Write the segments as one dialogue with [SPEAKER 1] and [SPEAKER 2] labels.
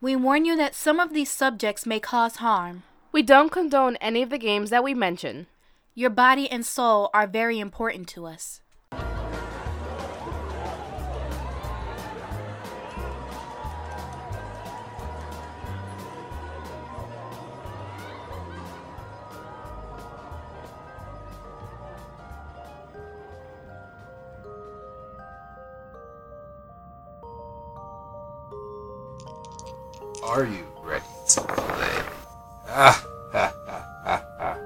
[SPEAKER 1] We warn you that some of these subjects may cause harm.
[SPEAKER 2] We don't condone any of the games that we mention.
[SPEAKER 1] Your body and soul are very important to us.
[SPEAKER 3] Are you ready to play? Ah, ha, ha, ha, ha.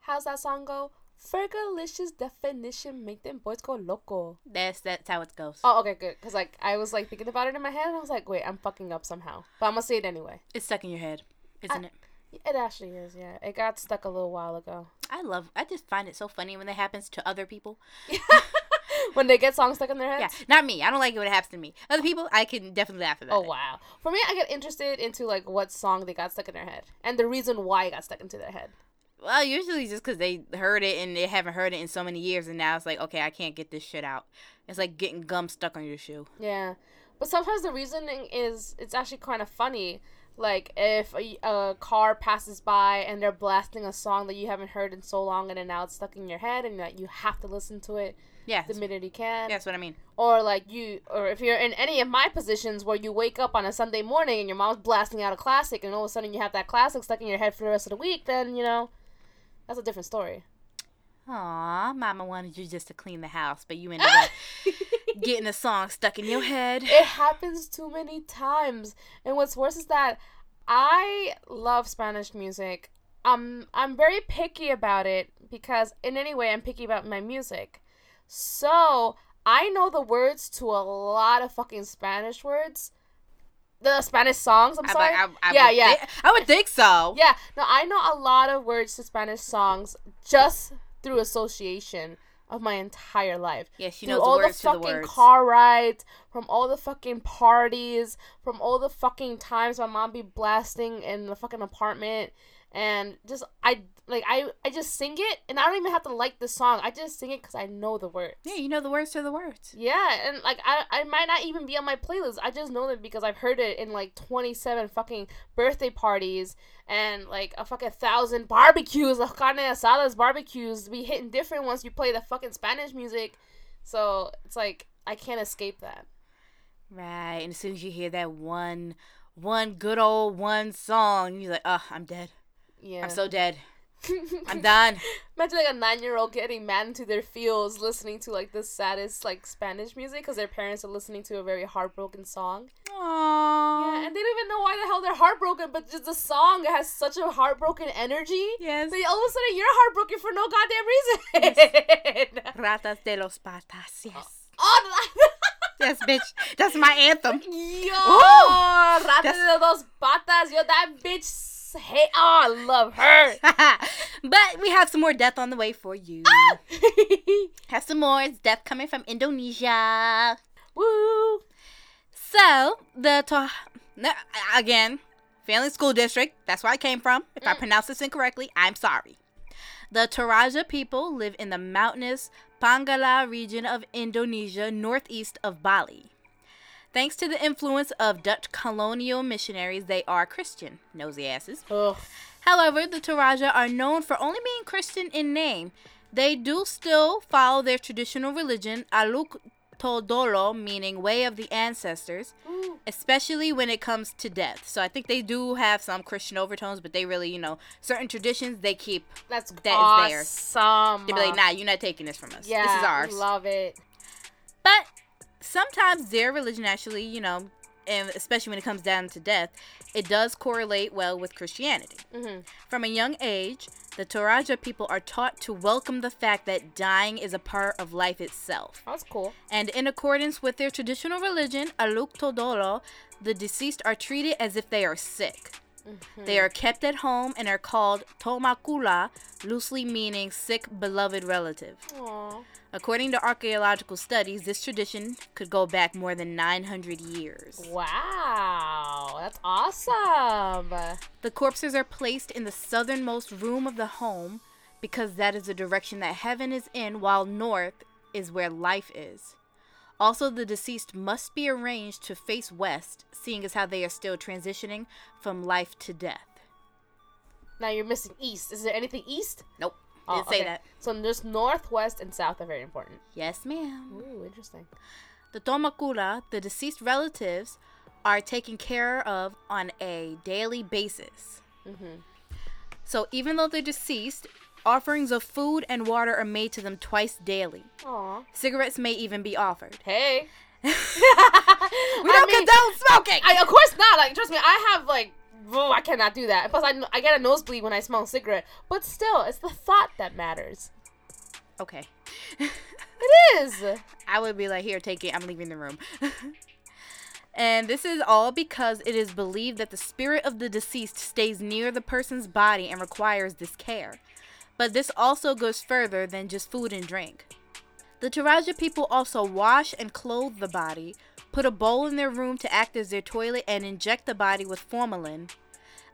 [SPEAKER 4] How's that song go? Fergalicious definition make them boys go loco.
[SPEAKER 1] That's that's how it goes.
[SPEAKER 4] Oh, okay, good. Cause like I was like thinking about it in my head, and I was like, wait, I'm fucking up somehow. But I'm gonna say it anyway.
[SPEAKER 1] It's stuck in your head, isn't it?
[SPEAKER 4] It actually is, yeah. It got stuck a little while ago.
[SPEAKER 1] I love. I just find it so funny when that happens to other people.
[SPEAKER 4] when they get songs stuck in their
[SPEAKER 1] Yeah,
[SPEAKER 4] heads.
[SPEAKER 1] not me. I don't like it when it happens to me. Other people, I can definitely laugh about
[SPEAKER 4] Oh
[SPEAKER 1] it.
[SPEAKER 4] wow. For me, I get interested into like what song they got stuck in their head and the reason why it got stuck into their head.
[SPEAKER 1] Well, usually it's just because they heard it and they haven't heard it in so many years, and now it's like, okay, I can't get this shit out. It's like getting gum stuck on your shoe.
[SPEAKER 4] Yeah, but sometimes the reasoning is it's actually kind of funny. Like if a, a car passes by and they're blasting a song that you haven't heard in so long, and then now it's stuck in your head, and like you have to listen to it
[SPEAKER 1] Yeah,
[SPEAKER 4] the
[SPEAKER 1] that's,
[SPEAKER 4] minute you can.
[SPEAKER 1] that's what I mean.
[SPEAKER 4] Or like you, or if you're in any of my positions where you wake up on a Sunday morning and your mom's blasting out a classic, and all of a sudden you have that classic stuck in your head for the rest of the week, then you know, that's a different story.
[SPEAKER 1] Aw, Mama wanted you just to clean the house, but you ended up getting a song stuck in your head.
[SPEAKER 4] It happens too many times. And what's worse is that I love Spanish music. Um, I'm very picky about it because, in any way, I'm picky about my music. So I know the words to a lot of fucking Spanish words. The Spanish songs, I'm
[SPEAKER 1] I'm
[SPEAKER 4] sorry.
[SPEAKER 1] like, I, I
[SPEAKER 4] yeah,
[SPEAKER 1] would
[SPEAKER 4] yeah.
[SPEAKER 1] thi- I would think so.
[SPEAKER 4] Yeah, no, I know a lot of words to Spanish songs just through association of my entire life.
[SPEAKER 1] Yeah, she
[SPEAKER 4] through
[SPEAKER 1] knows the
[SPEAKER 4] all
[SPEAKER 1] words to
[SPEAKER 4] the
[SPEAKER 1] the
[SPEAKER 4] fucking
[SPEAKER 1] words.
[SPEAKER 4] car rides, from all the fucking parties, from all the fucking times my mom be blasting in the fucking apartment, and just I like I I just sing it, and I don't even have to like the song. I just sing it because I know the words.
[SPEAKER 1] Yeah, you know the words to the words.
[SPEAKER 4] Yeah, and like I, I might not even be on my playlist. I just know them because I've heard it in like twenty seven fucking birthday parties and like a fucking thousand barbecues, la carne asadas barbecues. Be hitting different once you play the fucking Spanish music, so it's like I can't escape that.
[SPEAKER 1] Right, and as soon as you hear that one, one good old one song, you're like, oh, I'm dead.
[SPEAKER 4] Yeah,
[SPEAKER 1] I'm so dead. I'm done.
[SPEAKER 4] imagine like a nine year old getting mad into their feels listening to like the saddest like Spanish music because their parents are listening to a very heartbroken song. Yeah,
[SPEAKER 1] Aww.
[SPEAKER 4] and they don't even know why the hell they're heartbroken, but just the song has such a heartbroken energy.
[SPEAKER 1] Yes.
[SPEAKER 4] So all of a sudden you're heartbroken for no goddamn reason.
[SPEAKER 1] Ratas de los patas. Yes.
[SPEAKER 4] oh,
[SPEAKER 1] Yes, bitch. That's my anthem.
[SPEAKER 4] yo,
[SPEAKER 1] Ooh,
[SPEAKER 4] Rata
[SPEAKER 1] that's-
[SPEAKER 4] de dos patas, yo, that bitch. s- Hey, oh, I love her.
[SPEAKER 1] but we have some more death on the way for you.
[SPEAKER 4] Ah!
[SPEAKER 1] Have some more. It's death coming from Indonesia.
[SPEAKER 4] Woo!
[SPEAKER 1] So the to- no, again, Family School District. That's where I came from. If I pronounce this incorrectly, I'm sorry. The Toraja people live in the mountainous Panggala region of Indonesia, northeast of Bali. Thanks to the influence of Dutch colonial missionaries, they are Christian. Nosy asses.
[SPEAKER 4] Ugh.
[SPEAKER 1] However, the Toraja are known for only being Christian in name. They do still follow their traditional religion, Aluk Todolo, meaning way of the ancestors, especially when it comes to death. So I think they do have some Christian overtones, but they really, you know, certain traditions they keep.
[SPEAKER 4] That's
[SPEAKER 1] That is theirs.
[SPEAKER 4] awesome.
[SPEAKER 1] They're like, nah, you're not taking this from us.
[SPEAKER 4] yeah,
[SPEAKER 1] this is ours.
[SPEAKER 4] Love it.
[SPEAKER 1] But sometimes their religion actually, you know, and especially when it comes down to death, it does correlate well with Christianity. From a young age, the Toraja people are taught to welcome the fact that dying is a part of life itself.
[SPEAKER 4] That's cool.
[SPEAKER 1] And in accordance with their traditional religion, Aluk Todolo, the deceased are treated as if they are sick. They are kept at home and are called tomakula, loosely meaning sick beloved relative.
[SPEAKER 4] Aw.
[SPEAKER 1] According to archaeological studies, this tradition could go back more than 900 years.
[SPEAKER 4] Wow, that's awesome.
[SPEAKER 1] The corpses are placed in the southernmost room of the home because that is the direction that heaven is in, while north is where life is. Also, the deceased must be arranged to face west, seeing as how they are still transitioning from life to death.
[SPEAKER 4] Now you're missing east. Is there anything east?
[SPEAKER 1] Nope.
[SPEAKER 4] Oh,
[SPEAKER 1] Didn't say
[SPEAKER 4] okay.
[SPEAKER 1] that.
[SPEAKER 4] So there's north, west, and south are very important.
[SPEAKER 1] Yes, ma'am.
[SPEAKER 4] Ooh, interesting.
[SPEAKER 1] The Tomakura, the deceased relatives, are taken care of on a daily basis. So even though they're deceased, offerings of food and water are made to them twice daily.
[SPEAKER 4] Aw.
[SPEAKER 1] Cigarettes may even be offered.
[SPEAKER 4] Hey.
[SPEAKER 1] We don't condone smoking!
[SPEAKER 4] I, of course not. Like, trust me, I have like, oh, I cannot do that. Plus, I, kn- I get a nosebleed when I smell a cigarette. But still, it's the thought that matters.
[SPEAKER 1] okay.
[SPEAKER 4] It is.
[SPEAKER 1] I would be like, here, take it. I'm leaving the room. and this is all because it is believed that the spirit of the deceased stays near the person's body and requires this care. But this also goes further than just food and drink. The Taraja people also wash and clothe the body, put a bowl in their room to act as their toilet, and inject the body with formalin,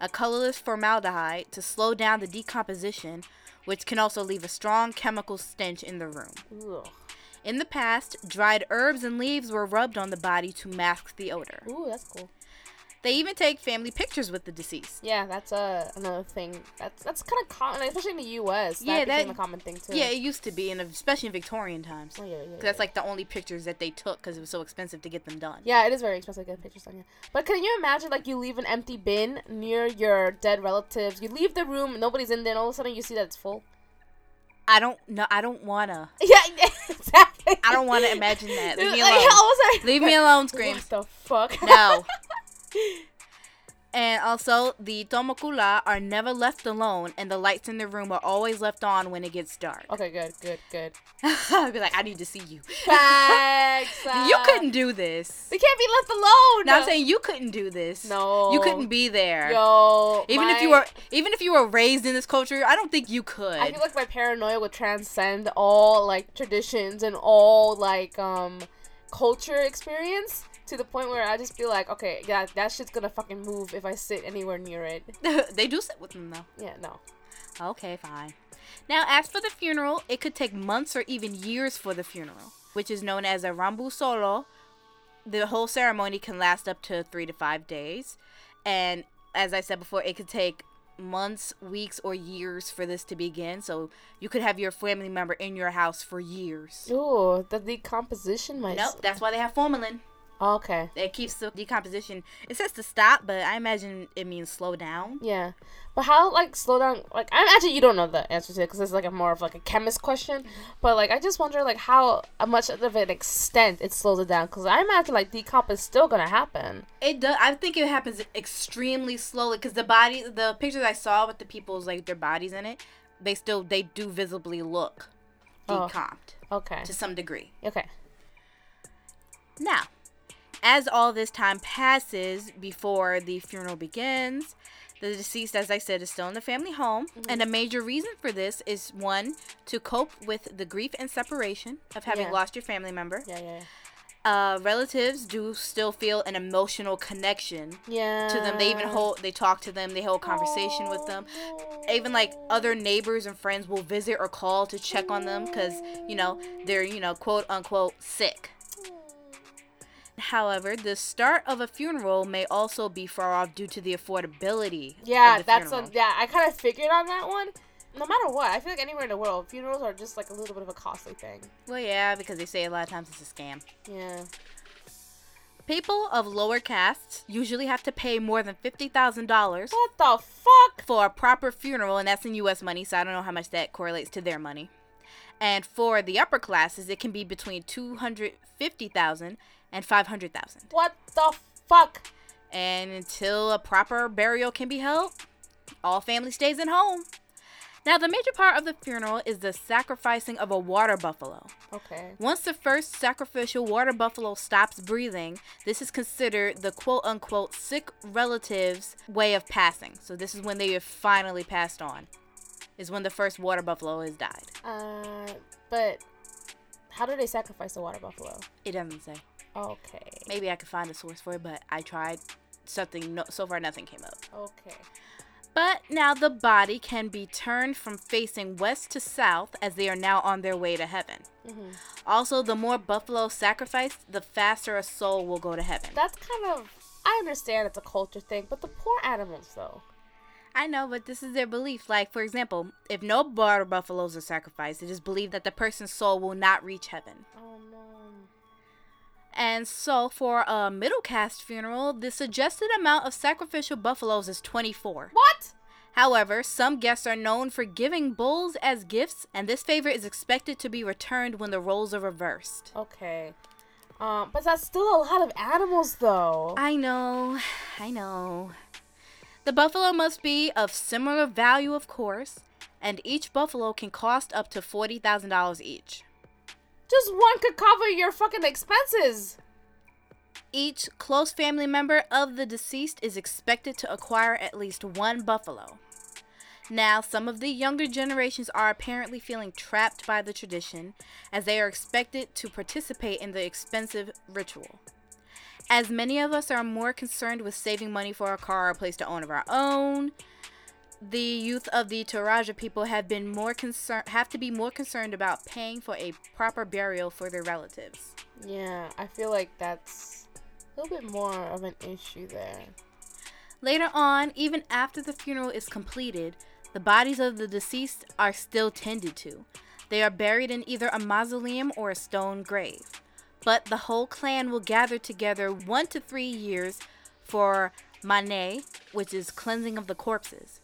[SPEAKER 1] a colorless formaldehyde, to slow down the decomposition, which can also leave a strong chemical stench in the room.
[SPEAKER 4] Ooh,
[SPEAKER 1] In the past, dried herbs and leaves were rubbed on the body to mask the odor.
[SPEAKER 4] Ooh, that's cool.
[SPEAKER 1] They even take family pictures with the deceased.
[SPEAKER 4] Yeah, that's uh, another thing. That's that's kind of common, especially in the U.S. That
[SPEAKER 1] Yeah, that-
[SPEAKER 4] became a common thing too.
[SPEAKER 1] Yeah, it used to be, in especially in Victorian times.
[SPEAKER 4] Oh, yeah, yeah, yeah.
[SPEAKER 1] 'Cause That's like the only pictures that they took because it was so expensive to get them done.
[SPEAKER 4] Yeah, it is very expensive to get pictures done. Yeah. But can you imagine, like, you leave an empty bin near your dead relatives? You leave the room, nobody's in there, and all of a sudden you see that it's full.
[SPEAKER 1] I don't know. I don't wanna.
[SPEAKER 4] Yeah, exactly.
[SPEAKER 1] I don't wanna imagine that. Leave me
[SPEAKER 4] Like,
[SPEAKER 1] alone.
[SPEAKER 4] all of a sudden-
[SPEAKER 1] Leave me alone,
[SPEAKER 4] What
[SPEAKER 1] screams.
[SPEAKER 4] the fuck?
[SPEAKER 1] No. And also, the tomokula are never left alone, and the lights in the room are always left on when it gets dark.
[SPEAKER 4] okay, good, good, good.
[SPEAKER 1] I'd be like, I need to see you.
[SPEAKER 4] Facts.
[SPEAKER 1] you
[SPEAKER 4] uh,
[SPEAKER 1] couldn't do this.
[SPEAKER 4] They can't be left alone.
[SPEAKER 1] No, I'm saying you couldn't do this.
[SPEAKER 4] No.
[SPEAKER 1] you couldn't be there.
[SPEAKER 4] Yo.
[SPEAKER 1] even if you
[SPEAKER 4] my-
[SPEAKER 1] were, even if you were raised in this culture, I don't think you could.
[SPEAKER 4] I feel like my paranoia would transcend all like traditions and all like um culture experience to the point where I just be like, okay, yeah, that shit's gonna fucking move if I sit anywhere near it.
[SPEAKER 1] they do sit with them though.
[SPEAKER 4] Yeah, no.
[SPEAKER 1] Okay, fine. Now, as for the funeral, it could take months or even years for the funeral, which is known as a rambu solo. The whole ceremony can last up to three to five days, and as I said before, it could take months, weeks, or years for this to begin. So you could have your family member in your house for years.
[SPEAKER 4] Ooh, the decomposition might.
[SPEAKER 1] Nope, that's why they have formalin.
[SPEAKER 4] okay.
[SPEAKER 1] It keeps the decomposition. It says to stop, but I imagine it means slow down.
[SPEAKER 4] Yeah, but how like slow down? Like I actually you don't know the answer to it because it's like a more of like a chemist question. But like I just wonder like how much of an extent it slows it down because I imagine like decomp is still gonna happen.
[SPEAKER 1] It does. I think it happens extremely slowly because the body, the pictures I saw with the people's like their bodies in it, they still they do visibly look
[SPEAKER 4] Oh.
[SPEAKER 1] decomped
[SPEAKER 4] Okay.
[SPEAKER 1] to some degree.
[SPEAKER 4] okay.
[SPEAKER 1] Now, as all this time passes before the funeral begins, the deceased, as I said, is still in the family home. And a major reason for this is one, to cope with the grief and separation of having
[SPEAKER 4] Yeah.
[SPEAKER 1] lost your family member.
[SPEAKER 4] Yeah, yeah,
[SPEAKER 1] uh, relatives do still feel an emotional connection
[SPEAKER 4] yeah.
[SPEAKER 1] to them. They even hold, they talk to them, they hold conversation with them. Even like other neighbors and friends will visit or call to check on them because, you know, they're, you know, quote unquote sick. However, the start of a funeral may also be far off due to the affordability. of
[SPEAKER 4] Yeah,
[SPEAKER 1] the
[SPEAKER 4] that's
[SPEAKER 1] funeral.
[SPEAKER 4] a, yeah. I kind of figured on that one. No matter what, I feel like anywhere in the world, funerals are just like a little bit of a costly thing.
[SPEAKER 1] well, yeah, because they say a lot of times it's a scam.
[SPEAKER 4] Yeah.
[SPEAKER 1] People of lower castes usually have to pay more than fifty thousand dollars
[SPEAKER 4] What the fuck?
[SPEAKER 1] for a proper funeral, and that's in US money, so I don't know how much that correlates to their money. And for the upper classes, it can be between 250,000 and 500,000.
[SPEAKER 4] What the fuck?
[SPEAKER 1] And until a proper burial can be held, all family stays at home. Now, the major part of the funeral is the sacrificing of a water buffalo.
[SPEAKER 4] Okay.
[SPEAKER 1] Once the first sacrificial water buffalo stops breathing, this is considered the quote unquote sick relative's way of passing. So, this is when they have finally passed on, is when the first water buffalo has died.
[SPEAKER 4] Uh, but how do they sacrifice the water buffalo?
[SPEAKER 1] It doesn't say.
[SPEAKER 4] Okay.
[SPEAKER 1] Maybe I could find a source for it, but I tried something, no, so far nothing came up.
[SPEAKER 4] Okay.
[SPEAKER 1] But now the body can be turned from facing west to south as they are now on their way to heaven.
[SPEAKER 4] Mhm.
[SPEAKER 1] Also, the more buffalo sacrificed, the faster a soul will go to heaven.
[SPEAKER 4] That's kind of. I understand it's a culture thing, but the poor animals though.
[SPEAKER 1] I know, but this is their belief. Like, for example, if no water buffaloes are sacrificed, it is believed that the person's soul will not reach heaven.
[SPEAKER 4] Oh no.
[SPEAKER 1] And so, for a middle caste funeral, the suggested amount of sacrificial buffaloes is 24.
[SPEAKER 4] What?
[SPEAKER 1] However, some guests are known for giving bulls as gifts, and this favor is expected to be returned when the roles are reversed.
[SPEAKER 4] Okay. Um, but that's still a lot of animals though.
[SPEAKER 1] I know, I know. The buffalo must be of similar value, of course, and each buffalo can cost up to $40,000 each.
[SPEAKER 4] Just one could cover your fucking expenses.
[SPEAKER 1] Each close family member of the deceased is expected to acquire at least one buffalo. Now, some of the younger generations are apparently feeling trapped by the tradition as they are expected to participate in the expensive ritual. As many of us are more concerned with saving money for a car or a place to own of our own, the youth of the Toraja people have been more concerned have to be more concerned about paying for a proper burial for their relatives.
[SPEAKER 4] Yeah, I feel like that's a little bit more of an issue there.
[SPEAKER 1] Later on, even after the funeral is completed, the bodies of the deceased are still tended to. They are buried in either a mausoleum or a stone grave. But the whole clan will gather together one to three years for mane, which is cleansing of the corpses.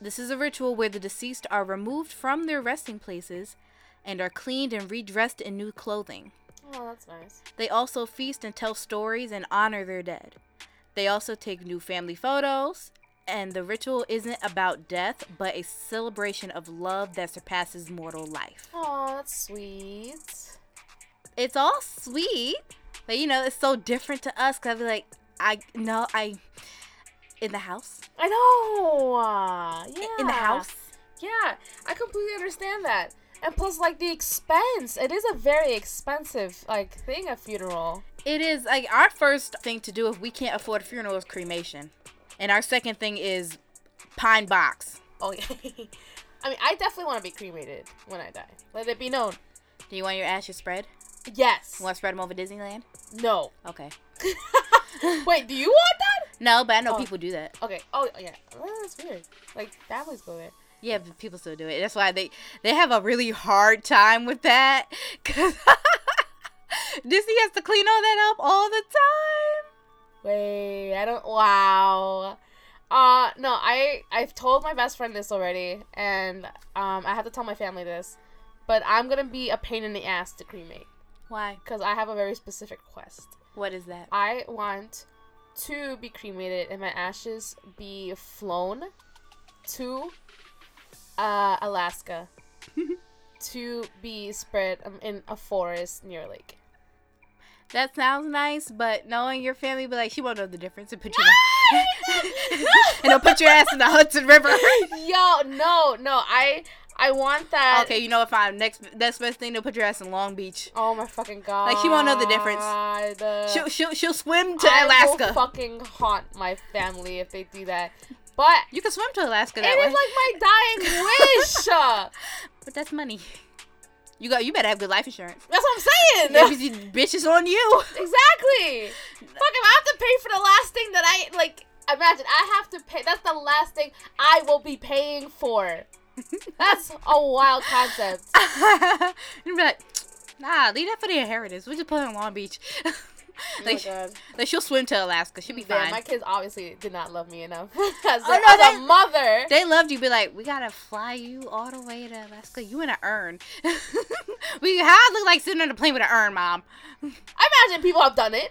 [SPEAKER 1] This is a ritual where the deceased are removed from their resting places and are cleaned and redressed in new clothing.
[SPEAKER 4] Oh, that's nice.
[SPEAKER 1] They also feast and tell stories and honor their dead. They also take new family photos, and the ritual isn't about death, but a celebration of love that surpasses mortal life.
[SPEAKER 4] Oh, that's sweet.
[SPEAKER 1] It's all sweet, but you know, it's so different to us because like, I, no, I, in the house,
[SPEAKER 4] I know. uh, Yeah.
[SPEAKER 1] in the house.
[SPEAKER 4] Yeah, I completely understand that. And plus, like the expense, it is a very expensive like thing a funeral.
[SPEAKER 1] It is like our first thing to do if we can't afford a funeral is cremation, and our second thing is pine box.
[SPEAKER 4] Oh yeah. I mean, I definitely want to be cremated when I die. Let it be known.
[SPEAKER 1] Do you want your ashes spread?
[SPEAKER 4] Yes.
[SPEAKER 1] You want to spread them over Disneyland?
[SPEAKER 4] No.
[SPEAKER 1] Okay.
[SPEAKER 4] Wait, do you want that?
[SPEAKER 1] No, but I know
[SPEAKER 4] Oh.
[SPEAKER 1] people do that.
[SPEAKER 4] Okay. Oh yeah. Oh, that's weird. Like families go there.
[SPEAKER 1] Yeah, but people still do it. That's why they they have a really hard time with that. 'Cause Disney has to clean all that up all the time.
[SPEAKER 4] Wait, I don't. Wow. Uh, no, I I've told my best friend this already, and um, I have to tell my family this, but I'm gonna be a pain in the ass to cremate.
[SPEAKER 1] Why?
[SPEAKER 4] because I have a very specific quest.
[SPEAKER 1] What is that?
[SPEAKER 4] I want to be cremated and my ashes be flown to uh, Alaska to be spread um, in a forest near a lake.
[SPEAKER 1] That sounds nice, but knowing your family, be like, she won't know the difference and put you. in and they'll put your ass in the Hudson River.
[SPEAKER 4] Yo, no, no, I I want that.
[SPEAKER 1] okay, you know if I'm next next best thing, they'll put your ass in Long Beach.
[SPEAKER 4] Oh my fucking god.
[SPEAKER 1] Like, she won't know the difference.
[SPEAKER 4] Uh,
[SPEAKER 1] She'll she'll, she'll swim to
[SPEAKER 4] I
[SPEAKER 1] Alaska.
[SPEAKER 4] will fucking haunt my family if they do that. But
[SPEAKER 1] you can swim to Alaska
[SPEAKER 4] it
[SPEAKER 1] that
[SPEAKER 4] is
[SPEAKER 1] way,
[SPEAKER 4] like my dying wish.
[SPEAKER 1] but that's money. You got you better have good life insurance.
[SPEAKER 4] That's what I'm saying.
[SPEAKER 1] Yeah, 'cause you- bitch is on you.
[SPEAKER 4] Exactly. Fuck if I have to pay for the last thing that I like. Imagine I have to pay. That's the last thing I will be paying for. That's a wild concept.
[SPEAKER 1] and be like, nah, leave that for the inheritance. We'll just put it in Long Beach.
[SPEAKER 4] Oh my
[SPEAKER 1] like,
[SPEAKER 4] god.
[SPEAKER 1] like, she'll swim to Alaska. She'll be
[SPEAKER 4] Damn,
[SPEAKER 1] fine.
[SPEAKER 4] my kids obviously did not love me enough as,
[SPEAKER 1] Oh,
[SPEAKER 4] a,
[SPEAKER 1] no,
[SPEAKER 4] as
[SPEAKER 1] they-
[SPEAKER 4] a mother.
[SPEAKER 1] they loved you. Be like, we gotta fly you all the way to Alaska. You in an urn. we how I look like sitting on a plane with an urn, mom.
[SPEAKER 4] I imagine people have done it.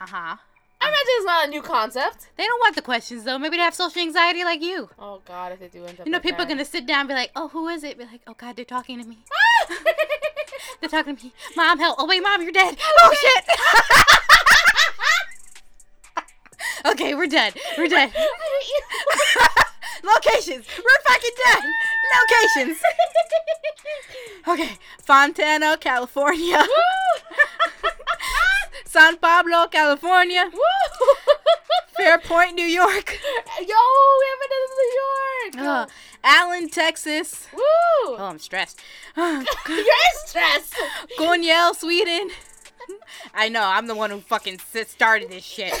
[SPEAKER 1] Uh huh.
[SPEAKER 4] I imagine it's not a new concept.
[SPEAKER 1] They don't want the questions though. Maybe they have social anxiety like you.
[SPEAKER 4] Oh God, if they do end up,
[SPEAKER 1] You know,
[SPEAKER 4] like
[SPEAKER 1] people are
[SPEAKER 4] that.
[SPEAKER 1] gonna sit down and be like, "Oh, who is it?" Be like, "Oh God, they're talking to me. they're talking to me. Mom, help! Oh wait, Mom, you're dead. Oh shit." okay, we're dead. We're dead. Locations. We're fucking dead. Locations. Okay, Fontana, California. San Pablo, California. Fairpoint, New York.
[SPEAKER 4] Yo, we haven't been to New York.
[SPEAKER 1] Uh, Allen, Texas.
[SPEAKER 4] Woo!
[SPEAKER 1] Oh, I'm stressed. Uh,
[SPEAKER 4] You're stressed.
[SPEAKER 1] Gunyell, Sweden. I know, I'm the one who fucking s- started this shit.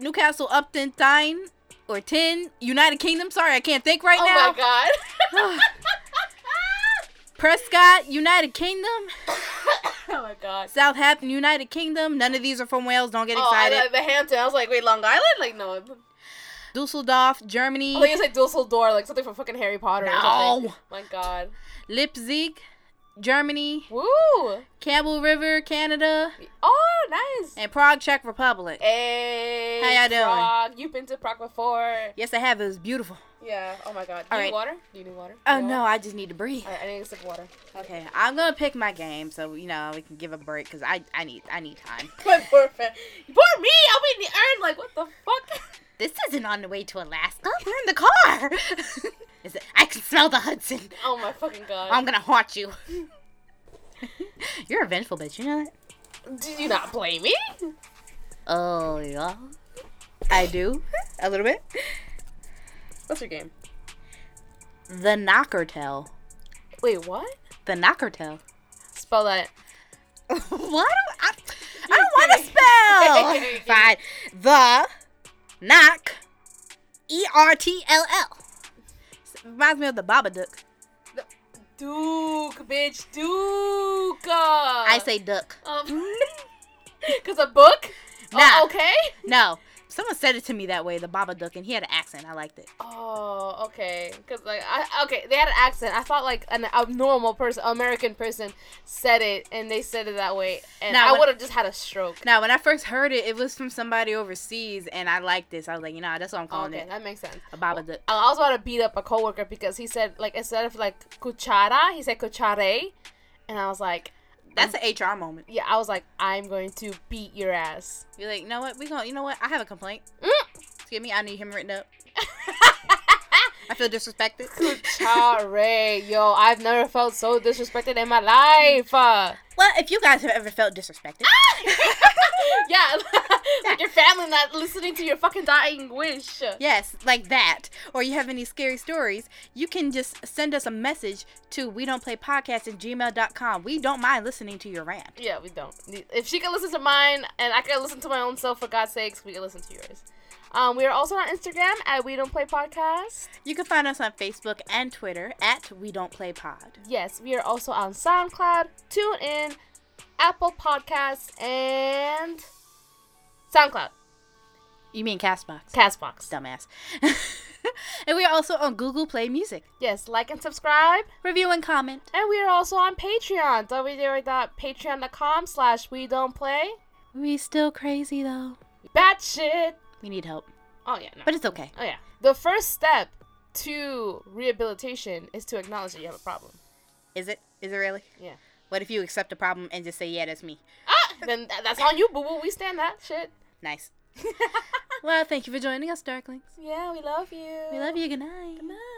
[SPEAKER 1] Newcastle, Upton, Tyne, or Tin, United Kingdom. Sorry, I can't think right
[SPEAKER 4] Oh
[SPEAKER 1] now.
[SPEAKER 4] my God.
[SPEAKER 1] Prescott, United Kingdom.
[SPEAKER 4] oh my God.
[SPEAKER 1] Southampton, United Kingdom. None of these are from Wales. Don't get
[SPEAKER 4] Oh, I,
[SPEAKER 1] excited.
[SPEAKER 4] like the Hampton. I was like, wait, Long Island? Like, no. I
[SPEAKER 1] Dusseldorf, Germany.
[SPEAKER 4] thought you said Dusseldorf, like something from fucking Harry Potter. Or something.
[SPEAKER 1] No.
[SPEAKER 4] My God.
[SPEAKER 1] Leipzig, Germany.
[SPEAKER 4] Woo!
[SPEAKER 1] Campbell River, Canada.
[SPEAKER 4] Oh, nice.
[SPEAKER 1] And Prague, Czech Republic.
[SPEAKER 4] Hey,
[SPEAKER 1] How y'all doing?
[SPEAKER 4] Prague. You've been to Prague before.
[SPEAKER 1] Yes, I have. It was beautiful.
[SPEAKER 4] Yeah. Oh my God. Do
[SPEAKER 1] All
[SPEAKER 4] you
[SPEAKER 1] right.
[SPEAKER 4] need water? Do you need water?
[SPEAKER 1] Oh,
[SPEAKER 4] You need
[SPEAKER 1] no,
[SPEAKER 4] water?
[SPEAKER 1] I just need to breathe.
[SPEAKER 4] All right, I need to sip water.
[SPEAKER 1] Okay, I'm gonna pick my game so you know we can give a break because I I need I need time.
[SPEAKER 4] My poor friend. Poor me. I'm in the urn. Like, what the fuck?
[SPEAKER 1] This isn't on the way to Alaska. We're in the car. Is it, I can smell the Hudson.
[SPEAKER 4] Oh my fucking God.
[SPEAKER 1] I'm gonna haunt you. You're a vengeful bitch. You know that? Um,
[SPEAKER 4] Did you not blame me?
[SPEAKER 1] Oh yeah. I do a little bit.
[SPEAKER 4] What's your game?
[SPEAKER 1] The Knockertel.
[SPEAKER 4] Wait, what?
[SPEAKER 1] The Knockertel.
[SPEAKER 4] Spell that.
[SPEAKER 1] what? do I, I don't want to spell. Fine. The knock. E R T L L. Reminds me of the Babadook.
[SPEAKER 4] Duke, bitch, Duke.
[SPEAKER 1] I say duck.
[SPEAKER 4] Um, cause a book. Oh,
[SPEAKER 1] Nah.
[SPEAKER 4] okay.
[SPEAKER 1] No, someone said it to me that way. The Babadook, and he had an accent. I liked it.
[SPEAKER 4] Oh, okay. Cause like, I, okay, they had an accent. I thought like an abnormal person, American person, said it, and they said it that way, and
[SPEAKER 1] Nah,
[SPEAKER 4] I
[SPEAKER 1] when-
[SPEAKER 4] would have just had a stroke.
[SPEAKER 1] Now, when I first heard it, it was from somebody overseas, and I liked this. I was like, you know, that's what I'm calling
[SPEAKER 4] okay,
[SPEAKER 1] it.
[SPEAKER 4] that makes sense.
[SPEAKER 1] A Babadook.
[SPEAKER 4] I I was about to beat up a coworker because he said like instead of like cuchara, he said cuchare, and I was like,
[SPEAKER 1] That's an HR moment.
[SPEAKER 4] yeah, I was like, I'm going to beat your ass.
[SPEAKER 1] You're like, you know what? We going to you know what? I have a complaint. Excuse me, I need him written up. I feel disrespected.
[SPEAKER 4] Cuchare, yo, I've never felt so disrespected in my life. Uh,
[SPEAKER 1] Well, if you guys have ever felt disrespected,
[SPEAKER 4] yeah, like your family not listening to your fucking dying wish.
[SPEAKER 1] yes, like that, or you have any scary stories, you can just send us a message to we don't play podcast at gmail.com. We don't mind listening to your rant.
[SPEAKER 4] Yeah, we don't. If she can listen to mine and I can listen to my own self, for God's sakes, we can listen to yours. Um, we are also on Instagram at We Don't Play Podcast.
[SPEAKER 1] You can find us on Facebook and Twitter at We Don't Play Pod.
[SPEAKER 4] Yes, we are also on SoundCloud, TuneIn, Apple Podcasts, and SoundCloud,
[SPEAKER 1] You mean Castbox?
[SPEAKER 4] Castbox.
[SPEAKER 1] Dumbass. and we are also on Google Play Music.
[SPEAKER 4] Yes, like and subscribe.
[SPEAKER 1] Review and comment.
[SPEAKER 4] And we are also on Patreon, www.patreon.com slash we don't play.
[SPEAKER 1] We still crazy though.
[SPEAKER 4] Bad shit.
[SPEAKER 1] We need help,
[SPEAKER 4] Oh, yeah, no.
[SPEAKER 1] but it's okay.
[SPEAKER 4] Oh yeah. The first step to rehabilitation is to acknowledge that you have a problem.
[SPEAKER 1] Is it? Is it really?
[SPEAKER 4] Yeah.
[SPEAKER 1] What if you accept a problem and just say, yeah, that's me?
[SPEAKER 4] Ah, then th- that's on you, boo boo. We stand that shit.
[SPEAKER 1] Nice. well, thank you for joining us, Darklings.
[SPEAKER 4] Yeah, we love you.
[SPEAKER 1] We love you. Good night. Good night.